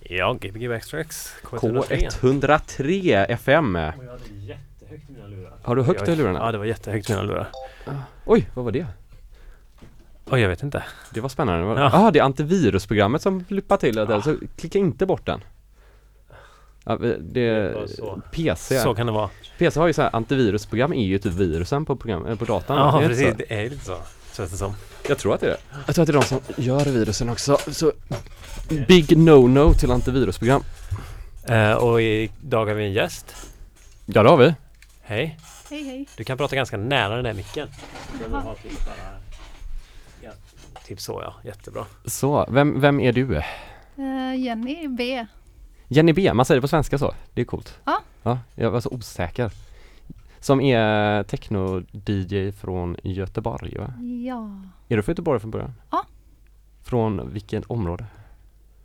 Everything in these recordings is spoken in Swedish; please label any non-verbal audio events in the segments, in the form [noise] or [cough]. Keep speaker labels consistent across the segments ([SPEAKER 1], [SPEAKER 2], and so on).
[SPEAKER 1] Ja, Gbg Backtracks K103.
[SPEAKER 2] K103 FM.
[SPEAKER 1] Och jag hade jättehögt i mina lurar.
[SPEAKER 2] Har du högt i lurarna?
[SPEAKER 1] Ja, det var jättehögt i mina lurar.
[SPEAKER 2] Oj, vad var det?
[SPEAKER 1] Oj, jag vet inte.
[SPEAKER 2] Det var spännande. Ja.
[SPEAKER 1] Ja.
[SPEAKER 2] Ah, det är antivirusprogrammet som luppar till det där,
[SPEAKER 1] Ja.
[SPEAKER 2] så klicka inte bort den. Ja, vi- det,
[SPEAKER 1] var så.
[SPEAKER 2] PC,
[SPEAKER 1] Så kan det vara.
[SPEAKER 2] PC har ju så här, antivirusprogram är ju typ virusen på, program, eh, på datan.
[SPEAKER 1] Ja,
[SPEAKER 2] Är det inte
[SPEAKER 1] precis.
[SPEAKER 2] så?
[SPEAKER 1] Det är lite så. Känns det som.
[SPEAKER 2] Jag tror att det är det. Jag tror att det är de som gör virusen också. Så big no-no till antivirusprogram.
[SPEAKER 1] Eh, och idag har vi en gäst.
[SPEAKER 2] Ja, det har vi.
[SPEAKER 1] Hej.
[SPEAKER 3] Hej hej.
[SPEAKER 1] Du kan prata ganska nära den där micken. Men du
[SPEAKER 3] Jaha.
[SPEAKER 1] har typ bara... Ja, typ så ja. Jättebra.
[SPEAKER 2] Så, vem, vem är du?
[SPEAKER 3] Eh, Jenny B.
[SPEAKER 2] Jenny B, man säger det på svenska så. Det är coolt.
[SPEAKER 3] Ja.
[SPEAKER 2] Ja, jag var så osäker. Som är techno-DJ från Göteborg va?
[SPEAKER 3] Ja.
[SPEAKER 2] Är du från Göteborg från början?
[SPEAKER 3] Ja.
[SPEAKER 2] Från vilket område?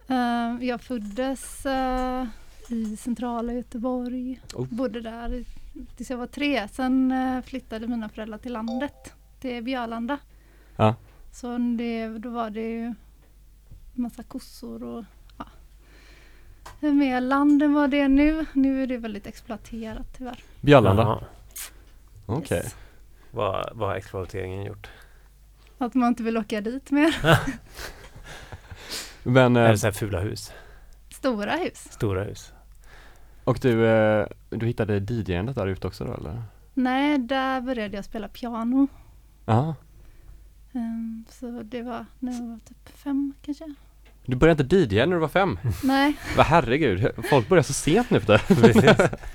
[SPEAKER 3] Eh, jag föddes eh, i centrala Göteborg.
[SPEAKER 2] Oh.
[SPEAKER 3] Bodde där i- tills jag var tre. Sen eh, flyttade mina föräldrar till landet, till Björlanda.
[SPEAKER 2] Ja.
[SPEAKER 3] Så det, då var det ju massa kossor och ja. Mer land än vad det är nu. Nu är det väldigt exploaterat tyvärr.
[SPEAKER 2] Björlanda.
[SPEAKER 1] Jaha.
[SPEAKER 2] Okej.
[SPEAKER 3] Yes.
[SPEAKER 1] Vad, vad har exploateringen gjort?
[SPEAKER 2] Eh.
[SPEAKER 3] Att man inte vill åka dit mer.
[SPEAKER 2] Men,
[SPEAKER 1] Är
[SPEAKER 2] eh,
[SPEAKER 1] det så här fula hus?
[SPEAKER 3] Stora hus.
[SPEAKER 1] Stora hus?
[SPEAKER 2] och du, eh, du hittade DJ-andet där ute också då eller?
[SPEAKER 3] Nej, där började jag spela piano.
[SPEAKER 2] Ja.
[SPEAKER 3] Ehm, så det var när jag var typ fem kanske.
[SPEAKER 2] Du började inte DJ när du
[SPEAKER 1] [laughs]
[SPEAKER 2] var fem?
[SPEAKER 3] Nej,
[SPEAKER 2] Vad herregud, folk börjar så sent nu för det.
[SPEAKER 1] Precis.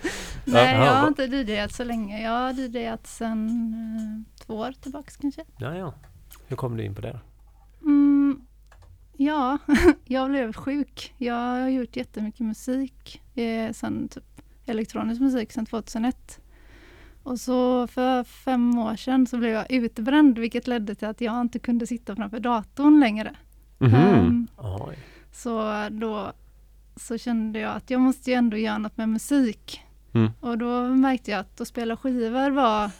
[SPEAKER 2] [laughs]
[SPEAKER 3] nej
[SPEAKER 1] Jaha,
[SPEAKER 3] jag
[SPEAKER 1] va-
[SPEAKER 3] har inte DJat så länge. Jag har DJat sedan eh, två år tillbaks kanske.
[SPEAKER 1] Ja, ja. Hur kom du in på det då?
[SPEAKER 3] Mm, ja, [laughs] jag blev sjuk. Jag har gjort jättemycket musik. Eh, sen typ elektronisk musik sedan 2001. Och så för fem år sedan så blev jag utbränd vilket ledde till att jag inte kunde sitta framför datorn längre.
[SPEAKER 2] Mhm.
[SPEAKER 1] Mhm.
[SPEAKER 3] Ehm,
[SPEAKER 1] Oj.
[SPEAKER 3] Så då så kände jag att jag måste ju ändå göra något med musik.
[SPEAKER 2] Mm.
[SPEAKER 3] Och då märkte jag att att spela skivor var,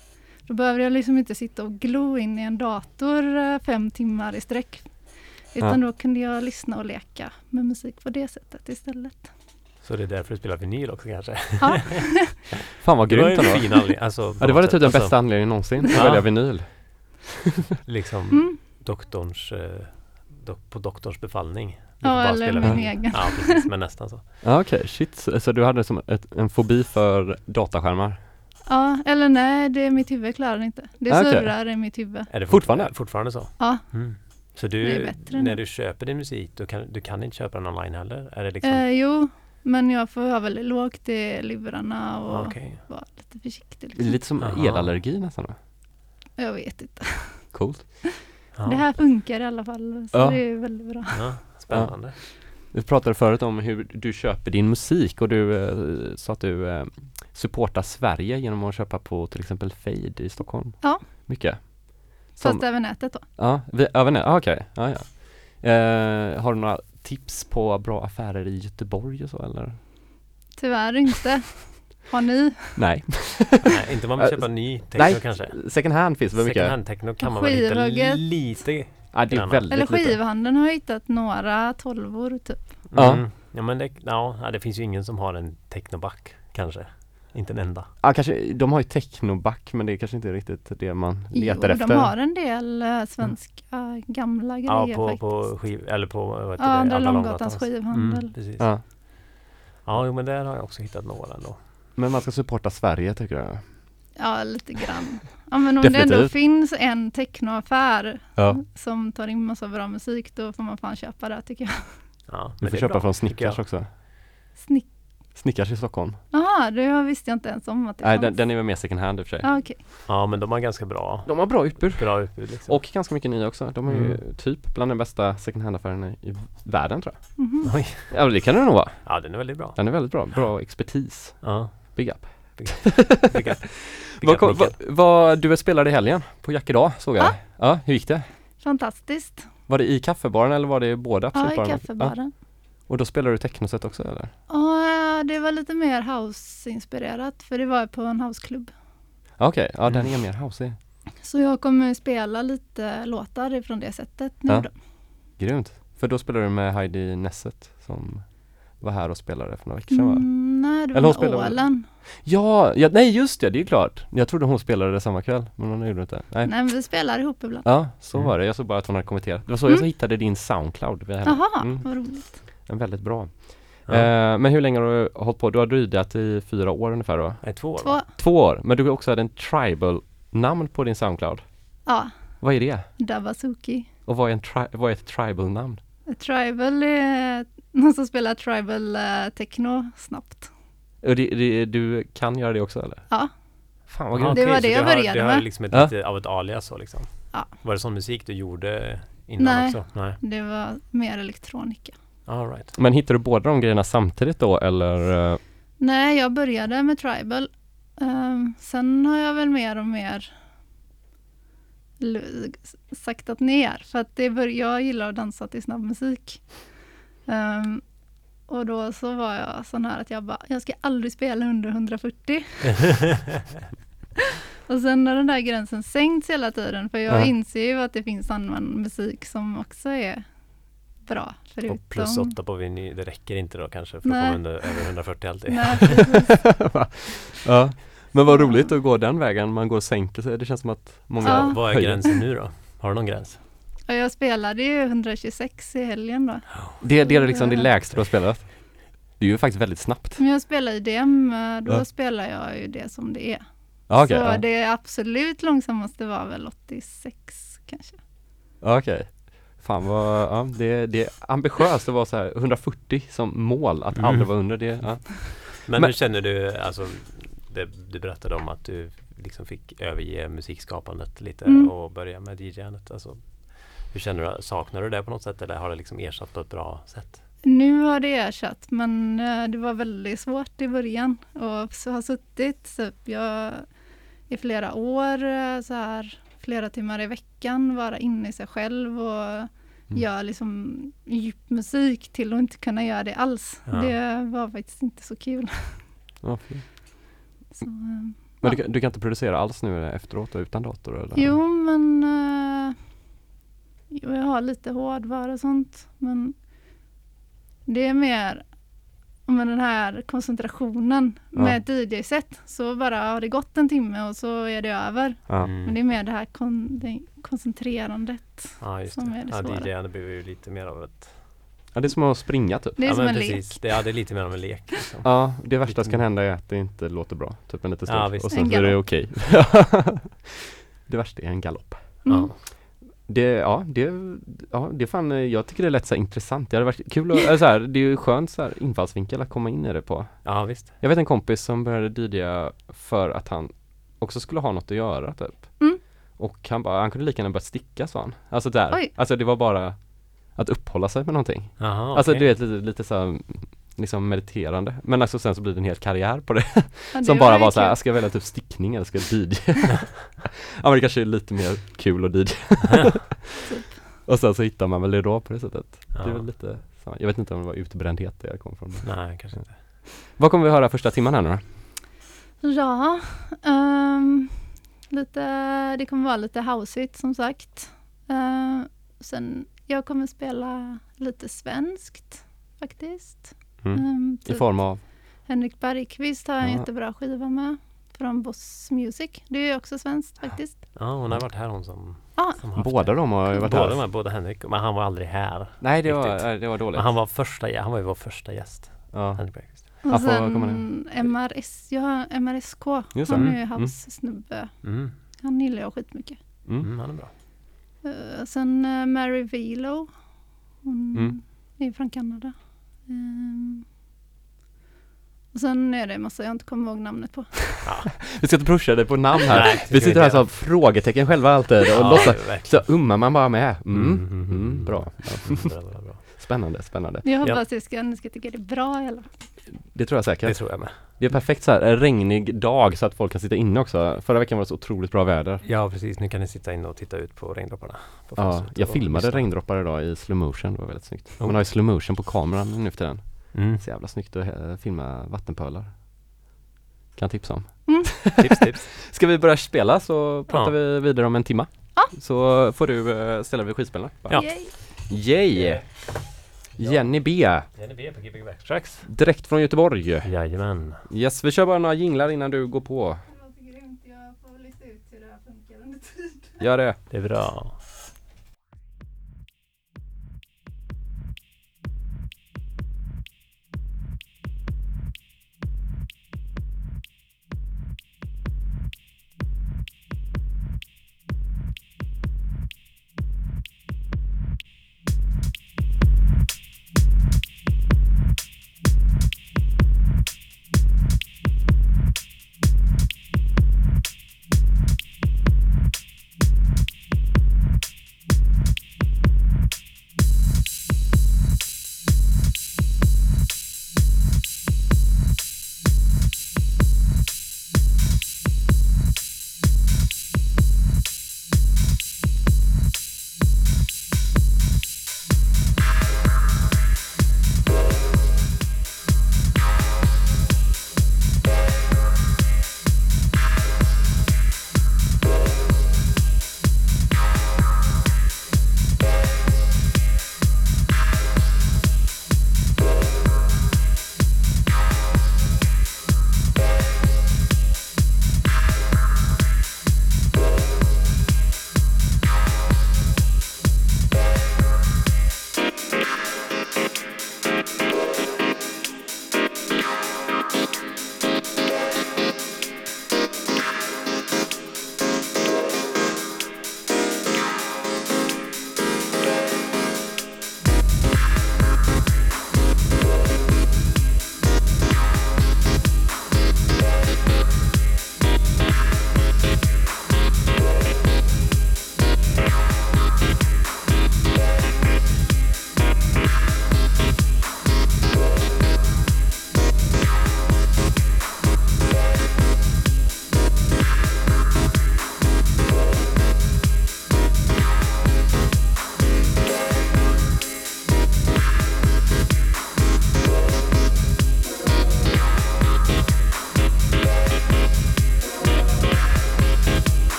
[SPEAKER 3] då behövde jag liksom inte sitta och glo in i en dator eh, fem timmar i sträck. Utan då kunde jag lyssna och leka med musik på det sättet istället.
[SPEAKER 1] Så det är därför du spelar vinyl också kanske?
[SPEAKER 3] Ja,
[SPEAKER 2] Fan vad
[SPEAKER 1] Det var ju
[SPEAKER 2] grymt
[SPEAKER 1] en
[SPEAKER 2] ändå.
[SPEAKER 1] fin anledning. Alltså,
[SPEAKER 2] [laughs] Ja det var det typ den
[SPEAKER 1] alltså,
[SPEAKER 2] bästa anledningen någonsin att
[SPEAKER 1] Ja.
[SPEAKER 2] välja vinyl.
[SPEAKER 1] Liksom
[SPEAKER 3] mm.
[SPEAKER 1] doktorns, eh, dok- på doktorns befallning. Du får
[SPEAKER 3] ja
[SPEAKER 1] bara
[SPEAKER 3] eller
[SPEAKER 1] spela
[SPEAKER 3] min
[SPEAKER 1] vinyl.
[SPEAKER 3] egen.
[SPEAKER 1] Ja, precis. Men nästan så.
[SPEAKER 2] Ja okej, shit. Så, så du hade som ett, en fobi för dataskärmar?
[SPEAKER 3] Ja, eller nej, det är mitt huvud klarar det inte. Det
[SPEAKER 2] Ah, okej.
[SPEAKER 3] surrar i mitt huvud.
[SPEAKER 1] Är det fort-
[SPEAKER 2] Fortfarande?
[SPEAKER 1] Fortfarande så?
[SPEAKER 3] Ja.
[SPEAKER 1] Mm. Så
[SPEAKER 3] Det är
[SPEAKER 1] du,
[SPEAKER 3] bättre
[SPEAKER 1] när
[SPEAKER 3] nu.
[SPEAKER 1] du köper din musik, du kan, du kan inte köpa den online heller? Är det liksom?
[SPEAKER 3] Eh, jo, men jag får ha väldigt lågt i lurarna och
[SPEAKER 1] Okej.
[SPEAKER 3] vara lite försiktig. Liksom.
[SPEAKER 2] Ah, Lite som
[SPEAKER 1] Aha.
[SPEAKER 2] elallergi nästan va?
[SPEAKER 3] Jag vet inte.
[SPEAKER 2] Coolt.
[SPEAKER 1] Ja.
[SPEAKER 3] Det här funkar i alla fall, så
[SPEAKER 2] Ja.
[SPEAKER 3] det är väldigt bra.
[SPEAKER 1] Ja, spännande.
[SPEAKER 2] Vi pratade förut om hur du köper din musik och du eh, sa att du eh, supportar Sverige genom att köpa på till exempel Fade i Stockholm.
[SPEAKER 3] Ja.
[SPEAKER 2] Mycket. Som,
[SPEAKER 3] Fast över nätet då.
[SPEAKER 2] ja, vi, över nu, ah, okej. Ja, ja. Eh, har du några tips på bra affärer i Göteborg och så eller? [laughs]
[SPEAKER 3] Tyvärr inte. Har ni?
[SPEAKER 2] Nej.
[SPEAKER 1] Nej, inte om
[SPEAKER 2] [laughs]
[SPEAKER 1] man vill köpa ny techno
[SPEAKER 2] Nej.
[SPEAKER 1] kanske?
[SPEAKER 2] Second hand finns väl mycket?
[SPEAKER 1] Second hand-techno kan man väl hitta
[SPEAKER 3] Skivhugget.
[SPEAKER 1] lite?
[SPEAKER 2] Ja, det är
[SPEAKER 1] Grannar.
[SPEAKER 2] väldigt
[SPEAKER 3] Eller
[SPEAKER 2] lite.
[SPEAKER 3] skivhandeln har hittat några tolvor typ.
[SPEAKER 2] Ja.
[SPEAKER 1] Mm. Ja, men det, ja, ja, det finns ju ingen som har en technoback kanske. Inte en enda.
[SPEAKER 2] Ja kanske, de har ju technoback men det är kanske inte riktigt det man letar
[SPEAKER 3] jo,
[SPEAKER 2] efter. Mm.
[SPEAKER 3] de har en del eh, svenska gamla
[SPEAKER 1] Ja,
[SPEAKER 3] grejer
[SPEAKER 1] på,
[SPEAKER 3] faktiskt.
[SPEAKER 1] på skiv... Eller på... Vad heter
[SPEAKER 3] ja,
[SPEAKER 1] det?
[SPEAKER 3] Andra
[SPEAKER 1] Långgatans.
[SPEAKER 3] Långgatans skivhandel.
[SPEAKER 1] Mm, precis. Ja.
[SPEAKER 2] Ja.
[SPEAKER 1] jo, men där har jag också hittat några ändå.
[SPEAKER 2] Men man ska supporta Sverige tycker jag.
[SPEAKER 3] Ja, lite grann. Ja, men om det ändå
[SPEAKER 2] Definitivt.
[SPEAKER 3] finns en technoaffär
[SPEAKER 2] Ja.
[SPEAKER 3] som tar in massa bra musik, då får man fan köpa det tycker jag.
[SPEAKER 1] Ja,
[SPEAKER 2] Du
[SPEAKER 1] men det
[SPEAKER 2] får
[SPEAKER 1] är bra,
[SPEAKER 2] köpa från
[SPEAKER 1] tycker jag.
[SPEAKER 2] Snickars också.
[SPEAKER 3] Snick.
[SPEAKER 2] Snickars i Stockholm.
[SPEAKER 3] Jaha, det visste jag inte ens om att det
[SPEAKER 2] Nej
[SPEAKER 3] fanns.
[SPEAKER 2] den, den är väl mer second hand i och för sig.
[SPEAKER 3] Ja, okej.
[SPEAKER 1] Ja, men de har ganska bra,
[SPEAKER 2] De har bra utbud.
[SPEAKER 1] bra utbud liksom.
[SPEAKER 2] Och ganska mycket nya också. De är
[SPEAKER 3] Mm.
[SPEAKER 2] ju typ bland de bästa second hand affärerna i världen tror jag.
[SPEAKER 3] Mhm.
[SPEAKER 1] Oj.
[SPEAKER 2] Ja det kan det nog vara.
[SPEAKER 1] Ja, den är väldigt bra.
[SPEAKER 2] Den är väldigt bra. Bra expertis. [laughs]
[SPEAKER 1] Ja.
[SPEAKER 2] Big up.
[SPEAKER 1] Pick up- pick
[SPEAKER 2] Vad,
[SPEAKER 1] up
[SPEAKER 2] kom-
[SPEAKER 1] micken.
[SPEAKER 2] vad, vad, du spelade i helgen på Jack idag såg jag.
[SPEAKER 3] Ja.
[SPEAKER 2] Ja, hur gick det?
[SPEAKER 3] Fantastiskt.
[SPEAKER 2] Var det i kaffebaren eller var det i båda? Typ
[SPEAKER 3] Ja, i
[SPEAKER 2] absolutbarerna?
[SPEAKER 3] kaffebaren.
[SPEAKER 2] Och då spelade du technoset också eller?
[SPEAKER 3] Ja, det var lite mer house-inspirerat för det var på en houseklubb.
[SPEAKER 2] Ja, Okej, ja den
[SPEAKER 1] Mm.
[SPEAKER 2] är mer houseig.
[SPEAKER 3] Så jag kommer spela lite låtar från det sättet nu
[SPEAKER 2] Ja.
[SPEAKER 3] då.
[SPEAKER 2] Grymt. För då spelar du med Heidi Nesset som var här och spelade för några veckor sedan va?
[SPEAKER 3] Mm, nej, det
[SPEAKER 2] Eller hon
[SPEAKER 3] var med
[SPEAKER 2] spelar väl-
[SPEAKER 3] ålen.
[SPEAKER 2] Ja, ja, nej just det, det är klart. Jag trodde hon spelade det samma kväll, men hon gjorde inte. Nej.
[SPEAKER 3] Nej, men vi spelar ihop ibland.
[SPEAKER 2] Ja, så
[SPEAKER 1] Mm.
[SPEAKER 2] var det. Jag såg bara att hon hade kommenterat. Det var så jag
[SPEAKER 3] Mm.
[SPEAKER 2] hittade din Soundcloud. vid henne.
[SPEAKER 3] Jaha,
[SPEAKER 2] Mm.
[SPEAKER 3] vad roligt.
[SPEAKER 2] Den är väldigt bra.
[SPEAKER 1] Ja.
[SPEAKER 2] Eh, men hur länge har du hållit på? Du har drydat i fyra år ungefär då?
[SPEAKER 1] Nej, två år
[SPEAKER 3] Två,
[SPEAKER 1] va?
[SPEAKER 2] Två år, men du också hade en tribal-namn på din Soundcloud.
[SPEAKER 3] ja,
[SPEAKER 2] Vad är det?
[SPEAKER 3] Dabasuki.
[SPEAKER 2] Och vad är, en tri- vad är ett tribal-namn?
[SPEAKER 3] Tribal är någon som spelar tribal eh, techno snabbt.
[SPEAKER 2] Och det, det, du kan göra det också eller?
[SPEAKER 3] Ja.
[SPEAKER 2] Fan vad
[SPEAKER 1] Ja,
[SPEAKER 2] grymt.
[SPEAKER 3] Det
[SPEAKER 1] okej,
[SPEAKER 3] var
[SPEAKER 1] så
[SPEAKER 3] det jag
[SPEAKER 1] har-
[SPEAKER 3] började
[SPEAKER 1] Det har
[SPEAKER 3] med.
[SPEAKER 1] liksom ett
[SPEAKER 2] Ja.
[SPEAKER 1] lite av ett alias så liksom.
[SPEAKER 3] Ja.
[SPEAKER 1] Var det sån musik du gjorde innan
[SPEAKER 3] Nej.
[SPEAKER 1] också? Nej.
[SPEAKER 3] Det var mer elektronika.
[SPEAKER 1] All right.
[SPEAKER 2] Men hittar du båda de grejerna samtidigt då eller? eh,
[SPEAKER 3] Nej, jag började med tribal. Ehm, sen har jag väl mer och mer l- saktat ner. För att det bör- jag gillar att dansa till snabb musik. Ehm, och då så var jag sån här att jag bara, jag ska aldrig spela
[SPEAKER 1] [laughs]
[SPEAKER 3] under 140. och sen har den där gränsen sänkts hela tiden. För jag
[SPEAKER 2] Ja.
[SPEAKER 3] inser ju att det finns annan musik som också är bra. Förutom...
[SPEAKER 1] Och plus åtta på vinyl, det räcker inte då kanske för att
[SPEAKER 3] Nej.
[SPEAKER 1] komma under, över 140 alltid.
[SPEAKER 3] Nej, precis.
[SPEAKER 2] Va? ja. Men vad roligt att gå den vägen, man går och sänker sig. Det känns som att många
[SPEAKER 3] Ja.
[SPEAKER 1] Vad är
[SPEAKER 2] höjer.
[SPEAKER 1] gränsen nu då? Har du någon gräns?
[SPEAKER 3] Ja, jag spelade ju 126 i helgen då.
[SPEAKER 2] Det, det är liksom det lägsta du har spelat. Det är ju faktiskt väldigt snabbt.
[SPEAKER 3] Men jag spelar IDM, eh, då
[SPEAKER 2] Ja.
[SPEAKER 3] spelar jag ju det som det är.
[SPEAKER 2] Ja, Ah, okej.
[SPEAKER 3] så
[SPEAKER 2] ja.
[SPEAKER 3] det absolut långsammaste var väl 86 kanske.
[SPEAKER 2] Ja, Ah, Okej. Fan vad, ja, det, det är ambitiöst att vara så här 140 som mål, att
[SPEAKER 1] Mm.
[SPEAKER 2] aldrig vara under det. Ja.
[SPEAKER 1] Men,
[SPEAKER 2] Men-
[SPEAKER 1] hur känner du, alltså det, du berättade om att du liksom fick överge musikskapandet lite
[SPEAKER 3] Mm.
[SPEAKER 1] och börja med DJandet. Alltså, hur känner du, saknar du det på något sätt eller har det liksom ersatt på ett bra sätt?
[SPEAKER 3] Nu har det ersatt, men eh, det var väldigt svårt i början. Och så har suttit typ, jag, i flera år, eh, så här, flera timmar i veckan, vara inne i sig själv och
[SPEAKER 2] Mm.
[SPEAKER 3] göra liksom djup musik till att inte kunna göra det alls.
[SPEAKER 1] Ja.
[SPEAKER 3] Det var faktiskt inte så kul.
[SPEAKER 2] Ja, fy.
[SPEAKER 3] Så, eh,
[SPEAKER 2] Men du, kan- du kan inte producera alls nu efteråt och utan dator eller?
[SPEAKER 3] Jo, men eh, jo, jag har lite hårdvara och sånt. Men det är mer med den här koncentrationen
[SPEAKER 2] Ja.
[SPEAKER 3] med ett DJ-set. Så bara har det gått en timme och så är det över.
[SPEAKER 2] Ja.
[SPEAKER 1] Mm.
[SPEAKER 3] Men det är mer det här kon- det koncentrerandet.
[SPEAKER 1] ja, just
[SPEAKER 3] som
[SPEAKER 1] det.
[SPEAKER 3] är det
[SPEAKER 1] ja,
[SPEAKER 3] svåra.
[SPEAKER 1] DJandet blir ju lite mer av ett
[SPEAKER 2] ja, det är som att springa typ.
[SPEAKER 3] Det är
[SPEAKER 1] ja,
[SPEAKER 3] som
[SPEAKER 1] men
[SPEAKER 3] en
[SPEAKER 1] precis.
[SPEAKER 3] lek.
[SPEAKER 1] Det, ja, det är lite mer av en lek. Liksom.
[SPEAKER 2] Ja, det värsta som kan hända är att det inte låter bra, typ en liten
[SPEAKER 1] Ja,
[SPEAKER 2] stund
[SPEAKER 1] visst.
[SPEAKER 2] och
[SPEAKER 3] En
[SPEAKER 2] sen blir det
[SPEAKER 3] galopp.
[SPEAKER 2] okej. [laughs] det värsta är en galopp.
[SPEAKER 3] Mm.
[SPEAKER 1] Ja.
[SPEAKER 2] Det, ja, det, ja, det är fan, eh, jag tycker det lät så här intressant. Det hade varit kul att, eller så här, det är ju skönt så här infallsvinkel att komma in i det på.
[SPEAKER 1] ja, visst.
[SPEAKER 2] Jag vet en kompis som började DJa för att han också skulle ha något att göra typ.
[SPEAKER 3] Mm.
[SPEAKER 2] Och han bara, han kunde lika gärna börjat sticka sa han. Alltså där,
[SPEAKER 3] Oj.
[SPEAKER 2] alltså det var bara att upphålla sig med någonting.
[SPEAKER 1] Jaha,
[SPEAKER 2] Alltså
[SPEAKER 1] okej.
[SPEAKER 2] du vet lite, lite så här, liksom mediterande. Men alltså sen så blir det en hel karriär på det.
[SPEAKER 3] Ja, det
[SPEAKER 2] som bara var
[SPEAKER 3] ju
[SPEAKER 2] så här,
[SPEAKER 3] kul.
[SPEAKER 2] ska jag välja typ stickning eller ska jag DJ? [laughs] ja men det kanske är lite mer kul
[SPEAKER 3] [laughs]
[SPEAKER 2] att DJ.
[SPEAKER 3] Typ.
[SPEAKER 2] Och sen så hittar man väl det då på det sättet. Det är väl
[SPEAKER 1] ja.
[SPEAKER 2] lite, så, jag vet inte om det var utbrändhet det jag kom från.
[SPEAKER 1] Nej, kanske inte.
[SPEAKER 2] Vad kommer vi höra första timman här nu då?
[SPEAKER 3] Ja, ehm, lite, det kommer vara lite houseigt som sagt. Eh, sen, jag kommer spela lite svenskt faktiskt.
[SPEAKER 2] Mm.
[SPEAKER 3] Ehm,
[SPEAKER 2] I
[SPEAKER 3] typ
[SPEAKER 2] form av?
[SPEAKER 3] Henrik Bergqvist har en
[SPEAKER 2] Ja.
[SPEAKER 3] jättebra skiva med från Boss Music. Det är ju också svenskt faktiskt.
[SPEAKER 1] Ja, hon har varit här hon som,
[SPEAKER 3] Ja.
[SPEAKER 1] som haft det.
[SPEAKER 2] Båda de har ju varit
[SPEAKER 1] båda,
[SPEAKER 2] här.
[SPEAKER 1] de här, båda Henrik, men han var aldrig här.
[SPEAKER 2] Nej det var,
[SPEAKER 1] Riktigt.
[SPEAKER 2] nej, det var dåligt.
[SPEAKER 1] Men han var första, gä- han var ju vår första gäst.
[SPEAKER 2] ja.
[SPEAKER 1] Henrik Bergqvist.
[SPEAKER 2] Ja,
[SPEAKER 3] Och
[SPEAKER 2] får komma
[SPEAKER 3] sen MRS, jag har MRSK,
[SPEAKER 2] Just det.
[SPEAKER 3] han
[SPEAKER 2] Mm.
[SPEAKER 3] är ju
[SPEAKER 2] Mm.
[SPEAKER 3] house-snubbe.
[SPEAKER 1] Mm.
[SPEAKER 3] Han gillar jag skitmycket.
[SPEAKER 2] Mm.
[SPEAKER 1] Mm, han är bra.
[SPEAKER 3] Eh, sen eh, Mary Velo. Hon
[SPEAKER 2] Mm.
[SPEAKER 3] är från Kanada. Ehm. och sen är det en massa jag inte kommer ihåg namnet på.
[SPEAKER 2] Vi ska inte pusha dig på namn här.
[SPEAKER 1] Nej, det
[SPEAKER 2] vi
[SPEAKER 1] ska vi
[SPEAKER 2] sitter här
[SPEAKER 1] inte
[SPEAKER 2] som frågetecken själva alltid och
[SPEAKER 1] Ja,
[SPEAKER 2] låtsas. Så
[SPEAKER 1] verkligen.
[SPEAKER 2] ummar man bara med. Mm.
[SPEAKER 1] Mm,
[SPEAKER 2] Mm,
[SPEAKER 1] mm, mm.
[SPEAKER 2] bra.
[SPEAKER 1] Mm, bra, bra, [laughs] bra.
[SPEAKER 2] Spännande, spännande.
[SPEAKER 3] Jag hoppas ja. ska, ni ska tycka det är bra i alla fall.
[SPEAKER 2] Det tror jag säkert.
[SPEAKER 1] Det tror jag med.
[SPEAKER 2] Det är perfekt så här en regnig dag så att folk kan sitta inne också. Förra veckan var det så otroligt bra väder.
[SPEAKER 1] Ja, precis. Nu kan ni sitta inne och titta ut på regndropparna. På
[SPEAKER 2] Ja,
[SPEAKER 1] fönstret
[SPEAKER 2] jag
[SPEAKER 1] och
[SPEAKER 2] filmade
[SPEAKER 1] lyssna.
[SPEAKER 2] regndroppar idag i slow motion, det var väldigt snyggt.
[SPEAKER 1] Oh.
[SPEAKER 2] Man har ju slow motion på kameran nu för tiden. [laughs]
[SPEAKER 1] Mm.
[SPEAKER 2] Så jävla snyggt att eh, filma vattenpölar. Kan jag tipsa om.
[SPEAKER 1] Tips, tips.
[SPEAKER 2] Ska vi börja spela så pratar
[SPEAKER 1] Ja.
[SPEAKER 2] vi vidare om en timma. Så får du eh, ställa dig vid skivspelarna.
[SPEAKER 1] Ja.
[SPEAKER 3] Yay.
[SPEAKER 2] Yay! Jenny B,
[SPEAKER 1] Jenny B på Gbg Backtracks.
[SPEAKER 2] direkt från Göteborg.
[SPEAKER 1] Jajamän.
[SPEAKER 2] Yes, vi kör bara några jinglar innan du går på.
[SPEAKER 3] Det låter grymt. Jag får lista ut hur det här funkar under tiden.
[SPEAKER 2] Gör det.
[SPEAKER 1] Det är bra.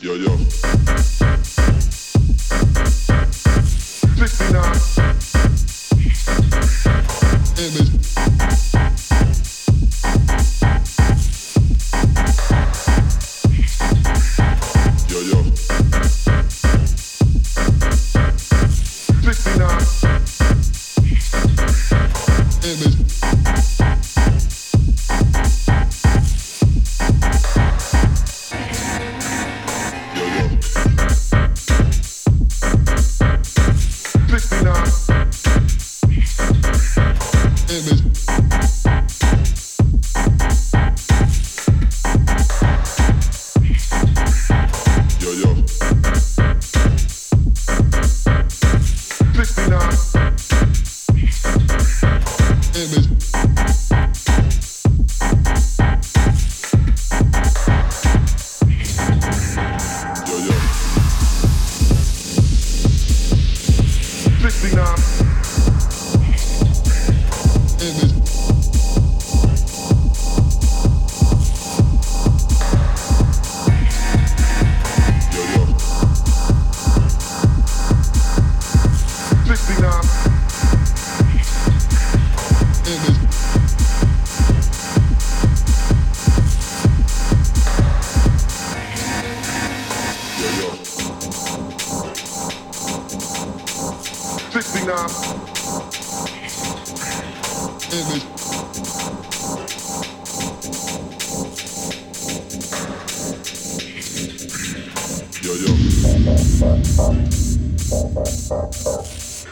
[SPEAKER 4] Yo, yo. Strictly now. Image. Yo, yo. Strictly now. Image. Yo, yo. Strictly now. Image. Yo, yo. Strictly now. Image. Yo, yo. Strictly now. Image. Yo, yo. Strictly now. Image. Yo, yo. Strictly now. Image. Yo, yo.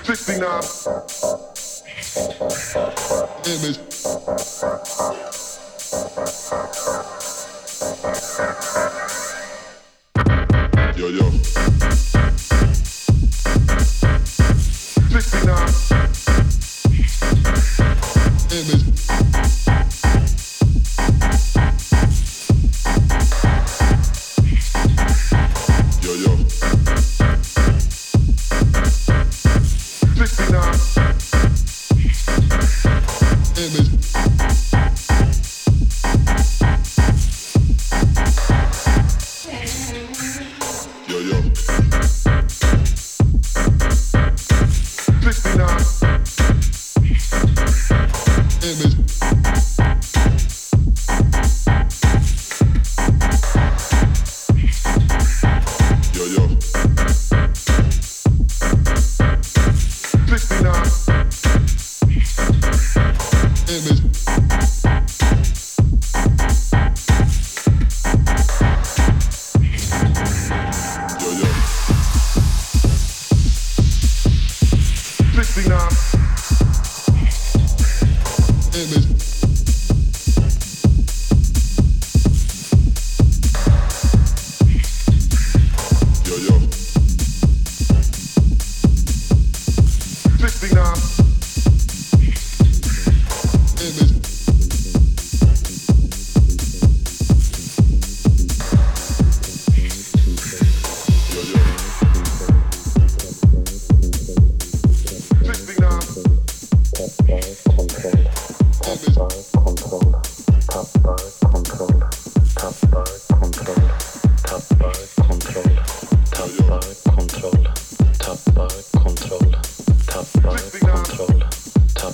[SPEAKER 4] Strictly now. Image. Yo, yo. Strictly now. Image. Yo, yo. Strictly now. Image. Yo, yo. Strictly now. Image. Yo, yo. Strictly now. Image. Yo, yo. Strictly now. Image. Yo yo. Strictly now. Image. Yo yo. Strictly now. Image. Strictly now.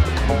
[SPEAKER 4] I'm pushing it. I'm pushing it. I'm pushing it. I'm pushing it.